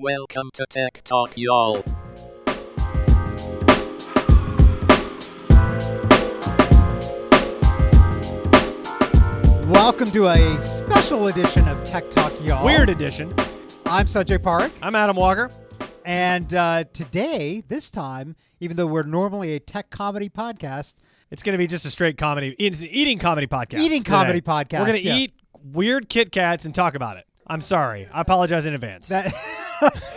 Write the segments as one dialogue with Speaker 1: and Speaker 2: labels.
Speaker 1: Welcome to Tech Talk, y'all.
Speaker 2: Welcome to a special edition of Tech Talk, y'all.
Speaker 3: Weird edition.
Speaker 2: I'm Sanjay Park,
Speaker 3: I'm Adam Walker.
Speaker 2: and uh, today, this time, even though we're normally a tech comedy podcast,
Speaker 3: It's going to be just a straight comedy, it's an eating comedy podcast.
Speaker 2: Eating
Speaker 3: today.
Speaker 2: comedy podcast,
Speaker 3: We're going to
Speaker 2: yeah.
Speaker 3: eat weird Kit Kats and talk about it. I'm sorry. I apologize in advance.
Speaker 2: that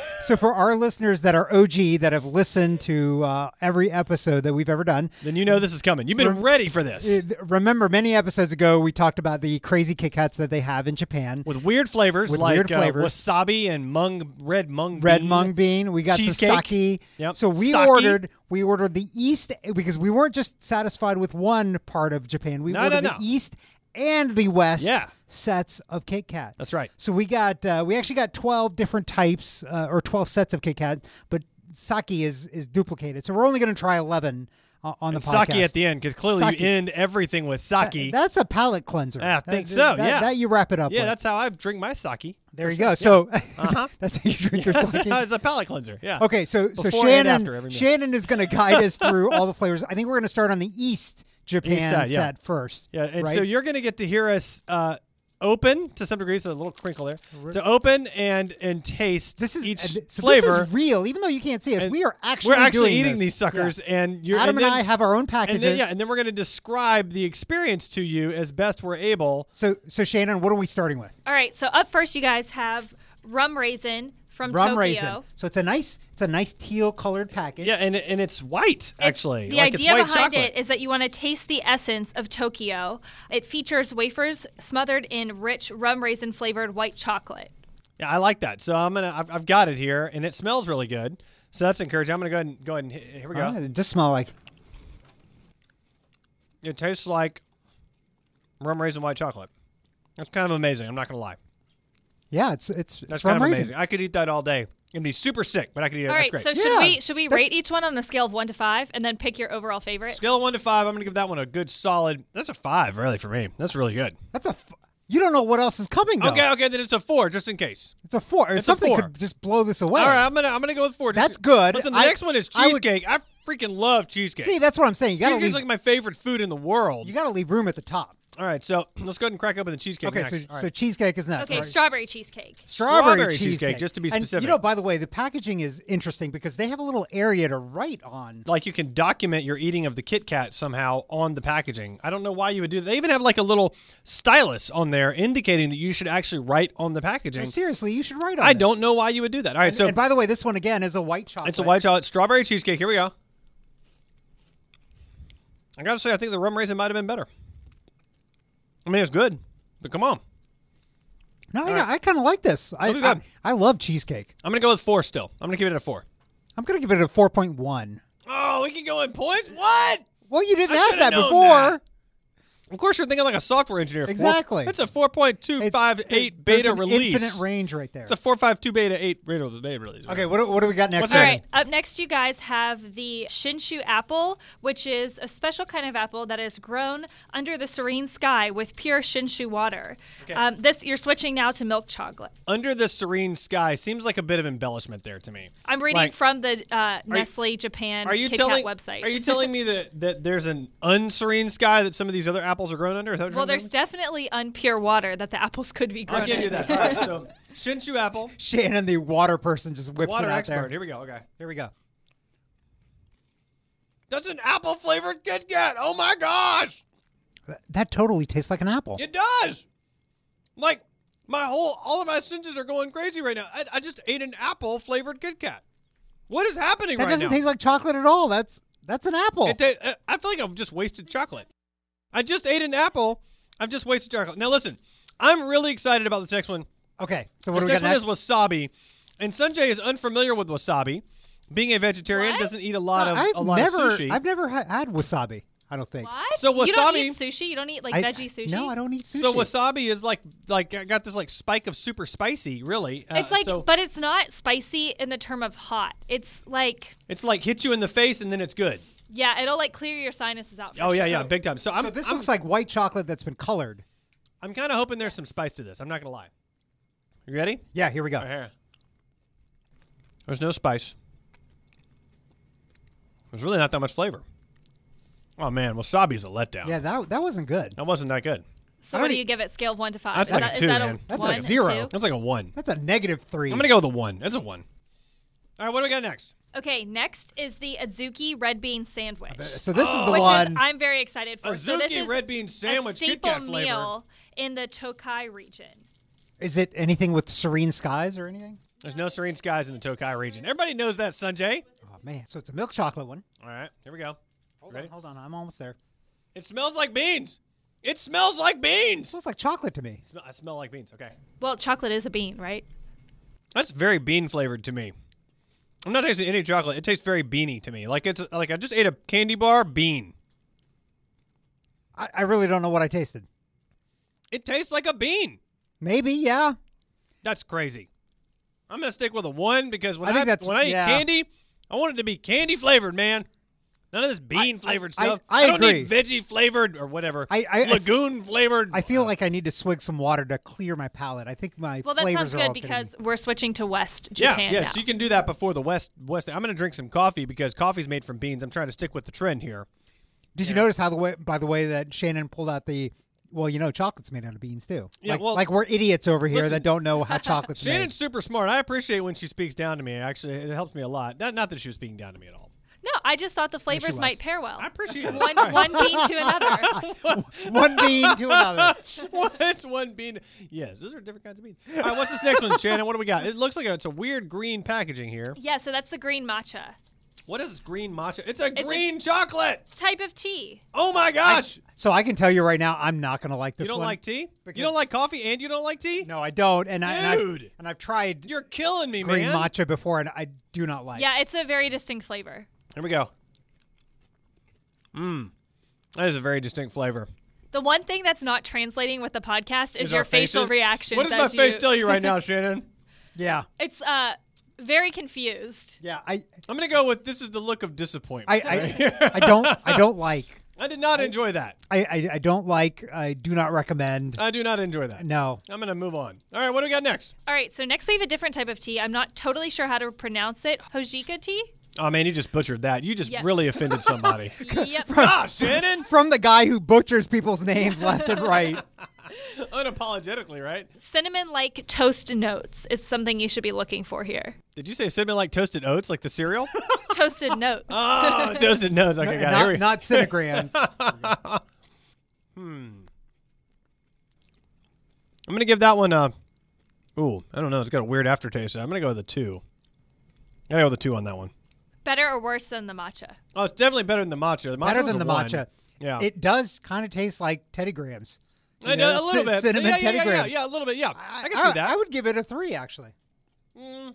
Speaker 2: so for our listeners that are OG that have listened to uh, every episode that we've ever done,
Speaker 3: then you know this is coming. You've been ready for this
Speaker 2: uh, remember many episodes ago we talked about the crazy Kit Kats that they have in Japan.
Speaker 3: with weird flavors
Speaker 2: With
Speaker 3: like
Speaker 2: weird
Speaker 3: uh,
Speaker 2: flavors.
Speaker 3: wasabi and mung red mung
Speaker 2: Red
Speaker 3: bean.
Speaker 2: mung bean. We got some
Speaker 3: Cheesecake.
Speaker 2: sake.
Speaker 3: Yep.
Speaker 2: So we
Speaker 3: Sake.
Speaker 2: ordered we ordered the East because we weren't just satisfied with one part of Japan. We
Speaker 3: No,
Speaker 2: ordered
Speaker 3: no,
Speaker 2: the
Speaker 3: no.
Speaker 2: East and the West
Speaker 3: Yeah.
Speaker 2: sets of Kit Kat.
Speaker 3: That's right.
Speaker 2: So we got uh, we actually got twelve different types uh, or twelve sets of Kit Kat, but sake is is duplicated. So we're only going to try eleven uh, on the podcast.
Speaker 3: Sake at the end because clearly
Speaker 2: Sake.
Speaker 3: you end everything with sake.
Speaker 2: That's a palate cleanser.
Speaker 3: Yeah, I
Speaker 2: That-
Speaker 3: think so,
Speaker 2: that-
Speaker 3: yeah.
Speaker 2: that you wrap it up.
Speaker 3: yeah,
Speaker 2: with.
Speaker 3: that's how I drink my sake.
Speaker 2: there you go. So
Speaker 3: Uh-huh.
Speaker 2: that's how you drink your
Speaker 3: That's
Speaker 2: sake.
Speaker 3: how it's a palate cleanser. Yeah.
Speaker 2: Okay, so so
Speaker 3: Before and
Speaker 2: Shannon
Speaker 3: after every meal.
Speaker 2: Shannon is going to guide us through all the flavors. I think we're going to start on the East Japan
Speaker 3: side, yeah.
Speaker 2: set first.
Speaker 3: Yeah, and
Speaker 2: right?
Speaker 3: so you're going to get to hear us uh, open to some degree, so a little crinkle there,
Speaker 2: We're-
Speaker 3: to open and and taste
Speaker 2: this is
Speaker 3: each
Speaker 2: uh, th- so
Speaker 3: flavor.
Speaker 2: This is real, even though you can't see us.
Speaker 3: And
Speaker 2: We are actually
Speaker 3: we're actually
Speaker 2: doing
Speaker 3: eating
Speaker 2: this.
Speaker 3: these suckers,
Speaker 2: Yeah.
Speaker 3: and you're
Speaker 2: Adam and,
Speaker 3: and then,
Speaker 2: I have our own packages.
Speaker 3: and then, yeah, and then we're going to describe the experience to you as best we're able.
Speaker 2: so so Shannon, what are we starting with?
Speaker 4: All right, so up first, you guys have rum raisin from
Speaker 2: Rum
Speaker 4: Tokyo.
Speaker 2: raisin. So it's a nice it's a nice teal colored package.
Speaker 3: Yeah, and and it's white
Speaker 4: It's-
Speaker 3: actually.
Speaker 4: the
Speaker 3: like
Speaker 4: idea
Speaker 3: it's white
Speaker 4: behind
Speaker 3: chocolate.
Speaker 4: it is that you want to taste the essence of Tokyo. It features wafers smothered in rich rum raisin flavored white chocolate.
Speaker 3: Yeah, I like that. So I'm gonna I've, I've got it here, and it smells really good. So that's encouraging. I'm gonna go ahead and go ahead and hit, here we go.
Speaker 2: Ah, it does smell like
Speaker 3: It tastes like rum raisin white chocolate. That's kind of amazing. I'm not gonna lie.
Speaker 2: yeah, it's it's
Speaker 3: That's
Speaker 2: rum
Speaker 3: kind of
Speaker 2: raisin.
Speaker 3: amazing. I could eat that all day and be super sick, but I could eat it.
Speaker 4: All
Speaker 3: that's
Speaker 4: right,
Speaker 3: great.
Speaker 4: so should
Speaker 2: Yeah,
Speaker 4: we should we
Speaker 2: that's-
Speaker 4: rate each one on a scale of one to five, and then pick your overall favorite?
Speaker 3: Scale of one to five, I'm gonna give that one a good solid. That's a five, really, for me. That's really good.
Speaker 2: That's a f- you don't know what else is coming though.
Speaker 3: Okay, okay, then it's a four, just in case.
Speaker 2: It's a four.
Speaker 3: It's a
Speaker 2: Something
Speaker 3: four.
Speaker 2: could just blow this away.
Speaker 3: All right, I'm gonna I'm gonna go with four. just-
Speaker 2: That's good.
Speaker 3: Listen, the
Speaker 2: I-
Speaker 3: next one is
Speaker 2: I would-
Speaker 3: cheesecake. I, freaking love cheesecake.
Speaker 2: See, that's what I'm saying. You got to
Speaker 3: cheesecake's
Speaker 2: leave
Speaker 3: like my favorite food in the world.
Speaker 2: you got to leave room at the top.
Speaker 3: all right, so let's go ahead and crack open the cheesecake.
Speaker 2: Okay,
Speaker 3: next.
Speaker 2: so,
Speaker 3: All right.
Speaker 2: so cheesecake is next.
Speaker 4: Okay,
Speaker 2: right?
Speaker 4: strawberry cheesecake.
Speaker 2: strawberry,
Speaker 3: Strawberry cheesecake, just to be
Speaker 2: And,
Speaker 3: specific.
Speaker 2: you know, by the way, the packaging is interesting because they have a little area to write on.
Speaker 3: like you can document your eating of the Kit Kat somehow on the packaging. I don't know why you would do that. They even have like a little stylus on there indicating that you should actually write on the packaging.
Speaker 2: Seriously, you should write on.
Speaker 3: I
Speaker 2: this.
Speaker 3: don't know why you would do that. All right, so
Speaker 2: and by the way, this one again is a white chocolate.
Speaker 3: it's a white chocolate strawberry cheesecake. Here we go. I gotta say, I think the rum raisin might have been better. I mean, it's good, but come on,
Speaker 2: No, I, I kind of like this. I,
Speaker 3: Sounds
Speaker 2: I
Speaker 3: good.
Speaker 2: I love cheesecake.
Speaker 3: I'm gonna go with four still. I'm gonna give it a four.
Speaker 2: I'm gonna give it a four point one.
Speaker 3: Oh, we can go in points. What?
Speaker 2: Well, you didn't
Speaker 3: I
Speaker 2: ask
Speaker 3: shoulda
Speaker 2: that
Speaker 3: known
Speaker 2: before.
Speaker 3: that. Of course, you're thinking like a software engineer. Four-
Speaker 2: Exactly.
Speaker 3: That's a four point two
Speaker 2: It's-
Speaker 3: five
Speaker 2: there-
Speaker 3: eight
Speaker 2: there's
Speaker 3: beta
Speaker 2: an
Speaker 3: release.
Speaker 2: Infinite range right there.
Speaker 3: It's a four five two beta eight rate of the day release.
Speaker 2: okay, what, do- what do we got next?
Speaker 3: What's
Speaker 4: All
Speaker 2: Evan?
Speaker 4: right, up next, you guys have the Shinshu apple, which is a special kind of apple that is grown under the serene sky with pure Shinshu water. Um, this you're switching now to milk chocolate.
Speaker 3: Under the serene sky seems like a bit of embellishment there to me.
Speaker 4: I'm reading
Speaker 3: Like,
Speaker 4: from the uh, Nestle Japan
Speaker 3: Are you
Speaker 4: Kit Kat
Speaker 3: telling
Speaker 4: website.
Speaker 3: Are you telling me that that there's an unserene sky that some of these other apples are grown under? Is that what you're
Speaker 4: well,
Speaker 3: telling
Speaker 4: there's
Speaker 3: me?
Speaker 4: definitely unpure water that the apples could be grown
Speaker 3: I'll give
Speaker 4: in.
Speaker 3: you that. All right, so Shinshu apple,
Speaker 2: Shannon, the water person, just whips
Speaker 3: water
Speaker 2: it out
Speaker 3: expert.
Speaker 2: there.
Speaker 3: Here we go. Okay,
Speaker 2: Here we go.
Speaker 3: that's an apple flavored Kit Kat. Oh my gosh,
Speaker 2: That, that totally tastes like an apple.
Speaker 3: it does. Like my whole, all of my senses are going crazy right now. I, I just ate an apple flavored Kit Kat. What is happening
Speaker 2: that
Speaker 3: right
Speaker 2: doesn't
Speaker 3: now?
Speaker 2: taste like chocolate at all. That's that's an apple.
Speaker 3: It ta- uh, I feel like I've just wasted chocolate. I just ate an apple. I've just wasted chocolate. Now listen, I'm really excited about this next one.
Speaker 2: okay, so what
Speaker 3: this
Speaker 2: do we got
Speaker 3: next one
Speaker 2: next?
Speaker 3: is wasabi, and Sanjay is unfamiliar with wasabi. Being a vegetarian
Speaker 4: What?
Speaker 3: doesn't eat a lot of
Speaker 2: I've
Speaker 3: a lot
Speaker 2: never,
Speaker 3: of sushi.
Speaker 2: I've never ha- had wasabi. I don't think.
Speaker 4: What?
Speaker 3: So
Speaker 4: You don't eat
Speaker 3: wasabi-
Speaker 4: sushi. You don't eat like
Speaker 2: I,
Speaker 4: veggie sushi.
Speaker 2: No, I don't eat sushi.
Speaker 3: so wasabi is like like I got this like spike of super spicy. Really, Uh,
Speaker 4: It's like,
Speaker 3: so
Speaker 4: but it's not spicy in the term of hot. It's like,
Speaker 3: it's like hit you in the face and then it's good.
Speaker 4: yeah, it'll like clear your sinuses out. For
Speaker 3: Oh yeah,
Speaker 4: sure.
Speaker 3: yeah, big time. So,
Speaker 2: So
Speaker 3: I'm
Speaker 2: this
Speaker 3: I'm,
Speaker 2: looks like white chocolate that's been colored.
Speaker 3: I'm kind of hoping there's some spice to this. I'm not gonna lie. You ready?
Speaker 2: Yeah, here we go.
Speaker 3: Right here. There's no spice. There's really not that much flavor. Oh man, wasabi's a letdown.
Speaker 2: Yeah, that that wasn't good.
Speaker 3: That wasn't that good.
Speaker 4: So
Speaker 2: I
Speaker 4: what
Speaker 2: don't
Speaker 4: do
Speaker 2: e-
Speaker 4: you give it? Scale of one to five?
Speaker 3: That's
Speaker 4: is
Speaker 3: like
Speaker 4: that,
Speaker 3: a
Speaker 4: is
Speaker 3: two,
Speaker 4: that
Speaker 3: man.
Speaker 2: That's
Speaker 4: one,
Speaker 2: like a zero.
Speaker 4: two?
Speaker 3: That's like a one.
Speaker 2: That's a negative three.
Speaker 3: I'm gonna go with a one. That's a one. All right, what do we got next?
Speaker 4: Okay, next is the Azuki red bean sandwich.
Speaker 2: Uh, So this is the
Speaker 4: which
Speaker 2: one.
Speaker 4: is, I'm very excited for. so this
Speaker 3: Azuki
Speaker 4: is
Speaker 3: red bean
Speaker 4: a
Speaker 3: sandwich, Kit
Speaker 4: staple
Speaker 3: Kat flavor.
Speaker 4: meal in the Tokai region.
Speaker 2: is it anything with serene skies or anything?
Speaker 3: There's no serene skies in the Tokai region. Everybody knows that, Sanjay.
Speaker 2: Oh man, so it's a milk chocolate one.
Speaker 3: All right, here we go.
Speaker 2: Hold
Speaker 3: Ready?
Speaker 2: on, hold on, I'm almost there.
Speaker 3: It smells like beans. It smells like beans.
Speaker 2: Smells like chocolate to me.
Speaker 3: Smell, I smell like beans. Okay.
Speaker 4: Well, chocolate is a bean, right?
Speaker 3: That's very bean flavored to me. I'm not tasting any chocolate. It tastes very beany to me. Like it's like I just ate a candy bar bean.
Speaker 2: I, I really don't know what I tasted.
Speaker 3: It tastes like a bean.
Speaker 2: Maybe, yeah.
Speaker 3: That's crazy. I'm gonna stick with a one because when
Speaker 2: I
Speaker 3: I,
Speaker 2: think that's-
Speaker 3: when I eat
Speaker 2: yeah.
Speaker 3: candy, I want it to be candy flavored, man. None of this bean flavored
Speaker 2: I-
Speaker 3: stuff.
Speaker 2: I
Speaker 3: don't
Speaker 2: agree.
Speaker 3: need veggie flavored or whatever.
Speaker 2: I- I- I-
Speaker 3: lagoon flavored.
Speaker 2: I feel like I need to swig some water to clear my palate. I think my
Speaker 4: Well, that
Speaker 2: flavors
Speaker 4: sounds
Speaker 2: are all
Speaker 4: good
Speaker 2: getting-
Speaker 4: because we're switching to West
Speaker 3: yeah,
Speaker 4: Japan
Speaker 3: yeah.
Speaker 4: now.
Speaker 3: So you can do that before the West West. I'm gonna drink some coffee because coffee's made from beans. I'm trying to stick with the trend here.
Speaker 2: Did you notice how the way, by the way, that Shannon pulled out the, well, you know, chocolate's made out of beans too.
Speaker 3: Yeah,
Speaker 2: like,
Speaker 3: well-
Speaker 2: like we're idiots over here
Speaker 3: Listen.
Speaker 2: that don't know how chocolate's made.
Speaker 3: Shannon's super smart. I appreciate when she speaks down to me. Actually, it helps me a lot. Not, not that she was speaking down to me at all.
Speaker 4: no, I just thought the flavors
Speaker 2: was.
Speaker 4: might pair well.
Speaker 3: I appreciate it.
Speaker 4: one one bean to another.
Speaker 2: One bean to another.
Speaker 3: What's one bean? Yes, those are different kinds of beans. All right, what's this next one, Shannon? What do we got? It looks like a, it's a weird green packaging here.
Speaker 4: Yeah, so that's the green matcha
Speaker 3: What is this green matcha? It's a
Speaker 4: a-
Speaker 3: green chocolate.
Speaker 4: type of tea.
Speaker 3: Oh my gosh!
Speaker 2: So I can tell you right now, I'm not going to like this
Speaker 3: you don't
Speaker 2: one.
Speaker 3: like tea? You
Speaker 2: Because-
Speaker 3: don't like coffee, and you don't like tea?
Speaker 2: No, I don't. And I and I've,
Speaker 3: Dude.
Speaker 2: and I've tried
Speaker 3: You're killing me,
Speaker 2: green
Speaker 3: man.
Speaker 2: matcha before, and I do not like.
Speaker 4: Yeah, it's a very distinct flavor.
Speaker 3: Here we go. Mmm, that is a very distinct flavor.
Speaker 4: The one thing that's not translating with the podcast is,
Speaker 3: Is
Speaker 4: your
Speaker 3: our
Speaker 4: facial
Speaker 3: faces-
Speaker 4: reactions.
Speaker 3: What does my
Speaker 4: as
Speaker 3: face
Speaker 4: you-
Speaker 3: tell you right now, Shannon?
Speaker 2: yeah,
Speaker 4: It's uh very confused.
Speaker 2: yeah. I,
Speaker 3: I'm gonna go with this is the look of disappointment.
Speaker 2: I, I, I don't, I don't like.
Speaker 3: I did not enjoy that.
Speaker 2: I, I, I don't like. I do not recommend.
Speaker 3: I do not enjoy that.
Speaker 2: No,
Speaker 3: I'm gonna move on. All right, what do we got next?
Speaker 4: All right, so next we have a different type of tea. I'm not totally sure how to pronounce it. Hojika tea?
Speaker 3: Oh man, you just butchered that. You just
Speaker 4: Yeah.
Speaker 3: really offended somebody.
Speaker 4: yep.
Speaker 3: ah, Shannon,
Speaker 2: from the guy who butchers people's names left and right.
Speaker 3: unapologetically, right?
Speaker 4: Cinnamon like toast notes is something you should be looking for here.
Speaker 3: Did you say cinnamon like toasted oats, like the cereal?
Speaker 4: Toasted notes.
Speaker 3: oh, toasted nose. Okay, got it. Here we-
Speaker 2: not, not cinnagrams.
Speaker 3: I'm gonna give that one a. Ooh, I don't know. It's got a weird aftertaste. I'm gonna go with a two. I gotta go with a two on that one.
Speaker 4: Better or worse than the matcha.
Speaker 3: Oh, it's definitely better than the matcha. The matcha
Speaker 2: Better
Speaker 3: was
Speaker 2: than
Speaker 3: a
Speaker 2: the
Speaker 3: one.
Speaker 2: matcha.
Speaker 3: Yeah,
Speaker 2: It does kind of taste like Teddy Grahams. You
Speaker 3: I know,
Speaker 2: know,
Speaker 3: a little
Speaker 2: cin-
Speaker 3: bit.
Speaker 2: cinnamon
Speaker 3: yeah, yeah, yeah, yeah,
Speaker 2: Teddy Grahams.
Speaker 3: yeah, a little bit. Yeah, I, can
Speaker 2: I,
Speaker 3: see that.
Speaker 2: I would give it a three, actually.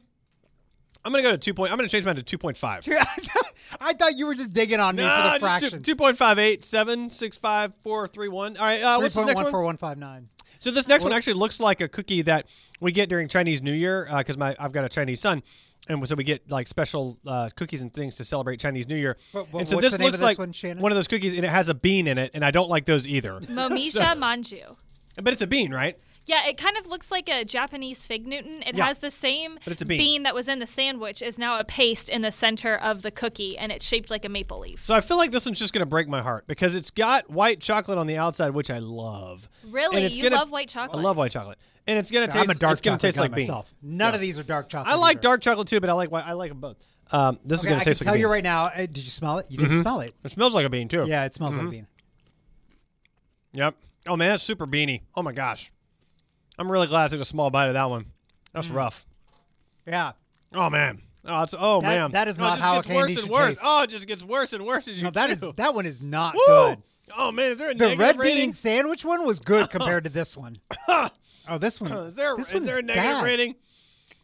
Speaker 3: I'm gonna go to two point. I'm gonna change mine to two point five.
Speaker 2: I thought you were just digging on me for the fractions.
Speaker 3: two point five eight seven six five four three one. All right, uh, what's the next one?
Speaker 2: 3.14159.
Speaker 3: So this next one actually looks like a cookie that we get during Chinese New Year because my I've got a Chinese son, and so we get like special uh, cookies and things to celebrate Chinese New Year.
Speaker 2: What- what-
Speaker 3: and so
Speaker 2: what's
Speaker 3: this
Speaker 2: the name
Speaker 3: looks
Speaker 2: of this
Speaker 3: like
Speaker 2: one, Shannon?
Speaker 3: of those cookies, and it has a bean in it, and I don't like those either.
Speaker 4: Momisha manju.
Speaker 3: but it's a bean, right?
Speaker 4: Yeah, it kind of looks like a Japanese fig Newton. It
Speaker 3: Yeah.
Speaker 4: has the same
Speaker 3: But it's a bean.
Speaker 4: that was in the sandwich is now a paste in the center of the cookie, and it's shaped like a maple leaf.
Speaker 3: So I feel like this one's just gonna break my heart because it's got white chocolate on the outside, which I love.
Speaker 4: Really,
Speaker 3: And it's
Speaker 4: you
Speaker 3: gonna-
Speaker 4: love white chocolate?
Speaker 3: I love white chocolate, and it's gonna taste.
Speaker 2: I'm a dark
Speaker 3: it's gonna
Speaker 2: chocolate
Speaker 3: taste
Speaker 2: guy
Speaker 3: like bean.
Speaker 2: myself. None of these are dark chocolate.
Speaker 3: I like
Speaker 2: either.
Speaker 3: dark chocolate too, but I like white. I like them both. Um, this is
Speaker 2: Okay,
Speaker 3: gonna
Speaker 2: I can
Speaker 3: taste
Speaker 2: tell
Speaker 3: like Mm-hmm. a bean.
Speaker 2: you right now. uh, did you smell it? You didn't smell it.
Speaker 3: It smells like a bean too.
Speaker 2: Yeah, it smells like bean.
Speaker 3: Yep. Oh man, that's super beanie. Oh my gosh. I'm really glad I took a small bite of that one. That's rough.
Speaker 2: Yeah.
Speaker 3: Oh man. Oh, it's, oh
Speaker 2: That-
Speaker 3: man.
Speaker 2: that is
Speaker 3: Oh,
Speaker 2: not
Speaker 3: just
Speaker 2: how
Speaker 3: gets
Speaker 2: candy
Speaker 3: worse
Speaker 2: should
Speaker 3: and worse.
Speaker 2: taste.
Speaker 3: Oh, it just gets worse and worse as you
Speaker 2: No, that is
Speaker 3: chew.
Speaker 2: that one is not
Speaker 3: Woo!
Speaker 2: good.
Speaker 3: Oh man, is there a
Speaker 2: The
Speaker 3: negative
Speaker 2: red
Speaker 3: rating?
Speaker 2: bean sandwich one was good compared to this one. oh, this one.
Speaker 3: Is there,
Speaker 2: this
Speaker 3: is
Speaker 2: one's
Speaker 3: there a negative
Speaker 2: bad.
Speaker 3: rating?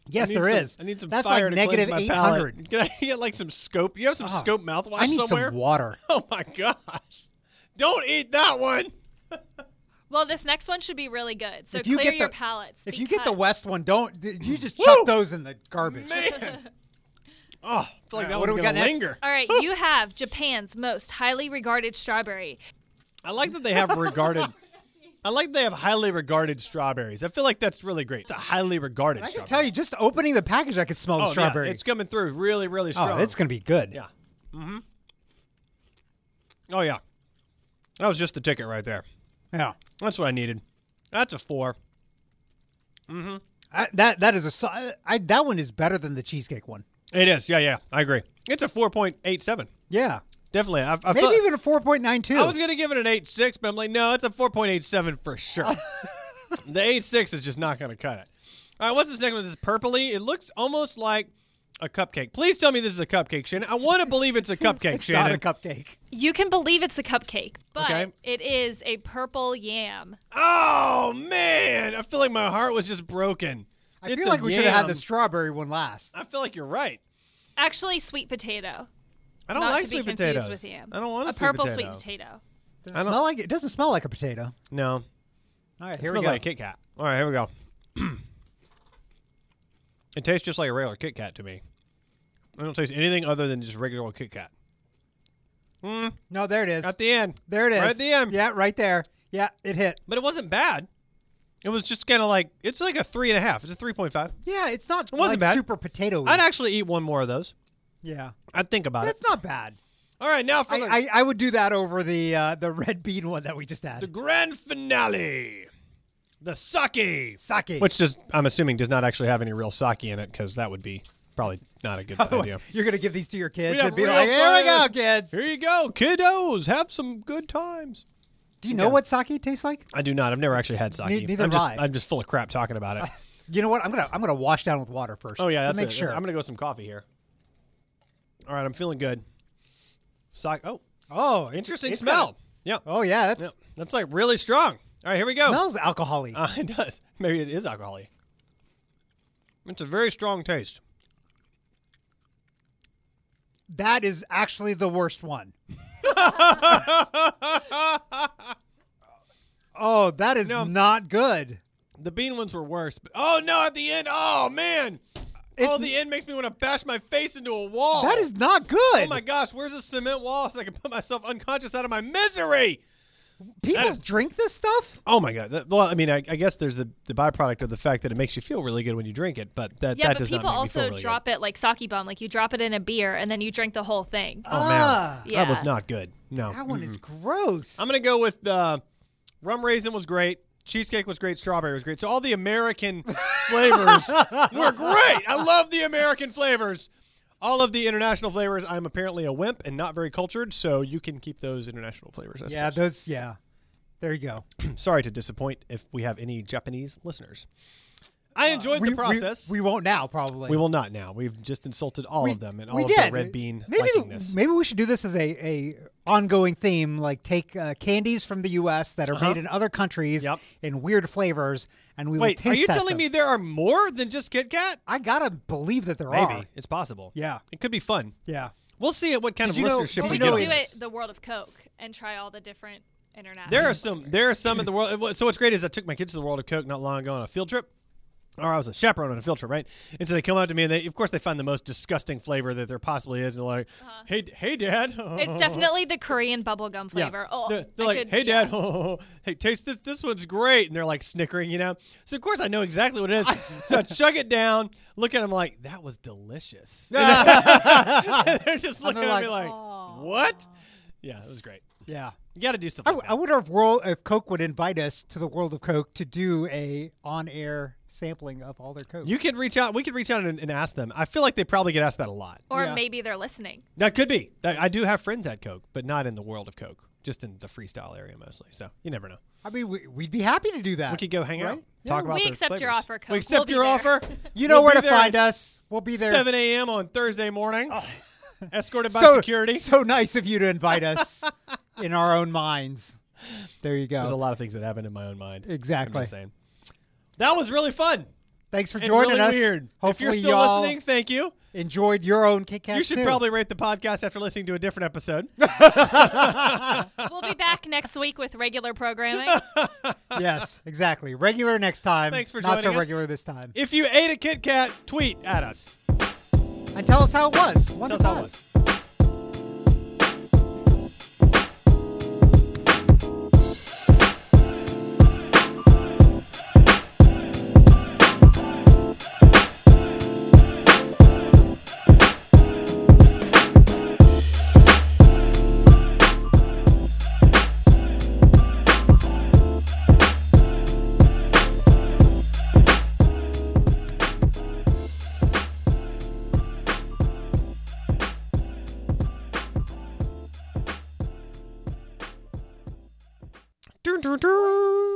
Speaker 2: Yes,
Speaker 3: I need
Speaker 2: there
Speaker 3: some-
Speaker 2: is.
Speaker 3: I need some
Speaker 2: That's like
Speaker 3: fire to cleanse
Speaker 2: negative
Speaker 3: my
Speaker 2: eight
Speaker 3: palate.
Speaker 2: hundred.
Speaker 3: Can I get like some scope? You have some
Speaker 2: Oh,
Speaker 3: scope mouthwash
Speaker 2: I need
Speaker 3: somewhere?
Speaker 2: some water.
Speaker 3: oh my gosh. Don't eat that one.
Speaker 4: Well, this next one should be really good. So
Speaker 2: If you
Speaker 4: clear
Speaker 2: get
Speaker 4: your
Speaker 2: the-
Speaker 4: palates.
Speaker 2: If you get the
Speaker 4: because-
Speaker 2: West one, don't th- you just
Speaker 3: Woo!
Speaker 2: chuck those in the garbage.
Speaker 3: Man. Oh, I feel like
Speaker 2: right,
Speaker 3: that
Speaker 2: what do
Speaker 3: one's
Speaker 2: we got
Speaker 3: gonna
Speaker 2: next?
Speaker 3: linger.
Speaker 4: All right, you have Japan's most highly regarded strawberry.
Speaker 3: I like that they have regarded. I like they have highly regarded strawberries. I feel like that's really great. It's a highly regarded.
Speaker 2: I can
Speaker 3: strawberry.
Speaker 2: tell you, just opening the package, I could smell
Speaker 3: oh,
Speaker 2: the
Speaker 3: yeah,
Speaker 2: strawberry.
Speaker 3: it's coming through really, really
Speaker 2: oh,
Speaker 3: strong.
Speaker 2: it's gonna be good.
Speaker 3: Yeah. Mm-hmm. Oh yeah. That was just the ticket right there.
Speaker 2: Yeah.
Speaker 3: That's what I needed. That's a four.
Speaker 2: I, that that is a so- I, that one is better than the cheesecake one.
Speaker 3: It is. Yeah, yeah. I agree. It's a four point eight seven.
Speaker 2: Yeah.
Speaker 3: Definitely. I, I
Speaker 2: Maybe
Speaker 3: felt-
Speaker 2: even a four point nine two.
Speaker 3: I was gonna give it an eight six, but I'm like, no, it's a four point eight seven for sure. the eight six is just not gonna cut it. All right, what's this next one? This is purpley. It looks almost like a cupcake. Please tell me this is a cupcake, Shannon. I want to believe it's a cupcake,
Speaker 2: it's
Speaker 3: Shannon.
Speaker 2: not a cupcake.
Speaker 4: You can believe it's a cupcake, but
Speaker 3: Okay.
Speaker 4: it is a purple yam.
Speaker 3: oh man, I feel like my heart was just broken.
Speaker 2: I
Speaker 3: It's
Speaker 2: feel
Speaker 3: a
Speaker 2: like we should have had
Speaker 3: yam.
Speaker 2: the strawberry one last.
Speaker 3: I feel like you're right.
Speaker 4: Actually, sweet potato.
Speaker 3: I don't
Speaker 4: Not
Speaker 3: like
Speaker 4: to be
Speaker 3: sweet
Speaker 4: confused
Speaker 3: potatoes.
Speaker 4: with yam.
Speaker 3: I don't want
Speaker 4: a
Speaker 3: sweet
Speaker 4: purple
Speaker 3: potato.
Speaker 4: sweet potato.
Speaker 2: Does
Speaker 3: I
Speaker 2: it
Speaker 3: don't-
Speaker 2: smell like it doesn't smell like a potato.
Speaker 3: No,
Speaker 2: All right,
Speaker 3: it
Speaker 2: here we
Speaker 3: smells
Speaker 2: go.
Speaker 3: like a Kit Kat. All right, here we go. it tastes just like a regular Kit Kat to me. I don't taste anything other than just regular old Kit Kat. Mm,
Speaker 2: No, there it is.
Speaker 3: at the end,
Speaker 2: there it is.
Speaker 3: right at the end.
Speaker 2: Yeah, right there. Yeah, it hit.
Speaker 3: but it wasn't bad. It was just kind of like it's like a three and a half. It's a three point five.
Speaker 2: Yeah, it's not
Speaker 3: wasn't
Speaker 2: like
Speaker 3: bad.
Speaker 2: super potato.
Speaker 3: I'd actually eat one more of those.
Speaker 2: Yeah,
Speaker 3: I'd think about
Speaker 2: that's
Speaker 3: it.
Speaker 2: not bad.
Speaker 3: All right, now for
Speaker 2: I,
Speaker 3: the,
Speaker 2: I, I would do that over the uh, the red bean one that we just
Speaker 3: the
Speaker 2: had.
Speaker 3: grand finale, the sake.
Speaker 2: Sake.
Speaker 3: Which does, I'm assuming, does not actually have any real sake in it because that would be probably not a good
Speaker 2: Otherwise,
Speaker 3: idea.
Speaker 2: you're gonna give these to your kids
Speaker 3: have
Speaker 2: and be
Speaker 3: real
Speaker 2: like, "Here we go,
Speaker 3: fun."
Speaker 2: kids."
Speaker 3: Here you go, kiddos. Have some good times.
Speaker 2: Do you know what sake tastes like?
Speaker 3: I do not. I've never actually had sake.
Speaker 2: Ne- neither
Speaker 3: I'm
Speaker 2: have
Speaker 3: just,
Speaker 2: I.
Speaker 3: I'm just full of crap talking about it.
Speaker 2: You know what? I'm gonna I'm gonna wash down with water first.
Speaker 3: oh yeah, that's
Speaker 2: to make
Speaker 3: it.
Speaker 2: sure.
Speaker 3: That's- I'm gonna go with some coffee here. All right, I'm feeling good. Sake. Oh,
Speaker 2: oh,
Speaker 3: interesting
Speaker 2: it's
Speaker 3: smell.
Speaker 2: got
Speaker 3: yeah,
Speaker 2: a- oh yeah, that's
Speaker 3: yeah, that's like really strong. All right, here we go.
Speaker 2: smells alcoholic.
Speaker 3: Uh, it does. Maybe it is alcoholic. It's a very strong taste.
Speaker 2: that is actually the worst one. oh, that is
Speaker 3: No.
Speaker 2: not good.
Speaker 3: The bean ones were worse. But, oh no! At the end, oh man!
Speaker 2: It's-
Speaker 3: oh, the end makes me want to bash my face into a wall.
Speaker 2: That is not good.
Speaker 3: Oh my gosh! Where's a cement wall so I can put myself unconscious out of my misery?
Speaker 2: People
Speaker 3: that is-
Speaker 2: drink this stuff.
Speaker 3: Oh my god! That- well, I mean, I, I guess there's the, the byproduct of the fact that it makes you feel really good when you drink it, but that
Speaker 4: Yeah,
Speaker 3: that
Speaker 4: but
Speaker 3: does
Speaker 4: people
Speaker 3: not make me feel
Speaker 4: also
Speaker 3: really
Speaker 4: drop it like sake bomb, like you drop it in a beer and then you drink the whole thing.
Speaker 3: good. Oh
Speaker 2: Ah.
Speaker 3: man,
Speaker 4: Yeah.
Speaker 3: that was not good. No,
Speaker 2: That one is gross.
Speaker 3: I'm gonna go with uh, rum raisin was great. Cheesecake was great. Strawberry was great. So all the American flavors were great. I love the American flavors. All of the international flavors, I'm apparently a wimp and not very cultured, so you can keep those international flavors. I
Speaker 2: yeah,
Speaker 3: suppose.
Speaker 2: those. Yeah, there you go.
Speaker 3: Sorry to disappoint if we have any Japanese listeners. I enjoyed
Speaker 2: Uh, we, we-
Speaker 3: the process.
Speaker 2: We, won't now, probably.
Speaker 3: We will not now. We've just insulted all
Speaker 2: We-
Speaker 3: of them and
Speaker 2: we
Speaker 3: all of
Speaker 2: did.
Speaker 3: the red bean
Speaker 2: Maybe
Speaker 3: liking this.
Speaker 2: maybe we should do this as a, a ongoing theme. Like take uh, candies from the U.S. that are made in other countries
Speaker 3: Uh-huh. Yep.
Speaker 2: in weird flavors, and we will
Speaker 3: Wait,
Speaker 2: taste.
Speaker 3: are you
Speaker 2: test
Speaker 3: telling
Speaker 2: them.
Speaker 3: me there are more than just Kit Kat?
Speaker 2: I gotta believe that there
Speaker 3: Maybe
Speaker 2: are.
Speaker 3: it's possible.
Speaker 2: Yeah,
Speaker 3: it could be fun.
Speaker 2: yeah.
Speaker 3: We'll see what kind
Speaker 2: Did
Speaker 3: of
Speaker 2: you know- did
Speaker 3: listenership
Speaker 4: Well,
Speaker 3: we
Speaker 4: we
Speaker 2: you know
Speaker 3: get.
Speaker 4: could
Speaker 3: on
Speaker 4: do
Speaker 3: this.
Speaker 4: it the world of Coke and try all the different international.
Speaker 3: There are some. There are some in the world. What's- So what's great is I took my kids to the World of Coke not long ago on a field trip. Or I was a chaperone on a field trip, right? And so they come out to me, and they, of course, they find the most disgusting flavor that there possibly is, and they're like, "Hey, hey, Dad."
Speaker 4: Uh-huh. It's definitely the Korean bubblegum flavor. Oh,
Speaker 3: They're, they're
Speaker 4: I
Speaker 3: like,
Speaker 4: could-
Speaker 3: hey,
Speaker 4: yeah.
Speaker 3: Dad, hey, taste this. This one's great. And they're like snickering, you know? So, of course, I know exactly what it is. so I chug it down, look at them like, that was delicious. And they're just looking
Speaker 2: they're
Speaker 3: at me
Speaker 2: like,
Speaker 3: like, what? Yeah, it was great.
Speaker 2: Yeah.
Speaker 3: You got to do something.
Speaker 2: I, I wonder if world if Coke would invite us to the world of Coke to do a on air sampling of all their Coke.
Speaker 3: you can reach out. We could reach out and, and ask them. I feel like they probably get asked that a lot.
Speaker 4: Or
Speaker 2: Yeah.
Speaker 4: maybe they're listening.
Speaker 3: That could be. That- I do have friends at Coke, but not in the world of Coke, just in the freestyle area mostly. So you never know.
Speaker 2: I mean, we, we'd be happy to do that.
Speaker 3: We could go hang
Speaker 2: right?
Speaker 3: out, talk about
Speaker 4: We
Speaker 3: Uh, their
Speaker 4: accept your
Speaker 3: flavors.
Speaker 4: offer, Coke.
Speaker 3: We accept
Speaker 4: We'll be
Speaker 3: your
Speaker 4: there.
Speaker 3: offer.
Speaker 2: You know
Speaker 3: We'll
Speaker 2: where
Speaker 3: be
Speaker 2: to
Speaker 3: there
Speaker 2: find
Speaker 3: at
Speaker 2: us. We'll be there. Oh.
Speaker 3: 7 a.m. on Thursday morning, escorted by
Speaker 2: so,
Speaker 3: security.
Speaker 2: So nice of you to invite us in our own minds. There you
Speaker 3: There's a
Speaker 2: go.
Speaker 3: lot of things that happened in my own mind. I'm
Speaker 2: Exactly.
Speaker 3: just saying. That was really fun.
Speaker 2: Thanks for
Speaker 3: And
Speaker 2: joining
Speaker 3: really
Speaker 2: us.
Speaker 3: weird. if
Speaker 2: Hopefully
Speaker 3: you're still
Speaker 2: y'all
Speaker 3: listening, thank you.
Speaker 2: enjoyed your own Kit Kat
Speaker 3: You should
Speaker 2: too.
Speaker 3: probably rate the podcast after listening to a different episode.
Speaker 4: We'll be back next week with regular programming.
Speaker 2: yes, exactly. Regular next time.
Speaker 3: Thanks for
Speaker 2: Not so
Speaker 3: joining us.
Speaker 2: regular this time.
Speaker 3: if you ate a Kit Kat, tweet at us.
Speaker 2: And tell us how it was. One
Speaker 3: Tell
Speaker 2: to
Speaker 3: us how it
Speaker 2: five.
Speaker 3: was. Dun, dun, dun.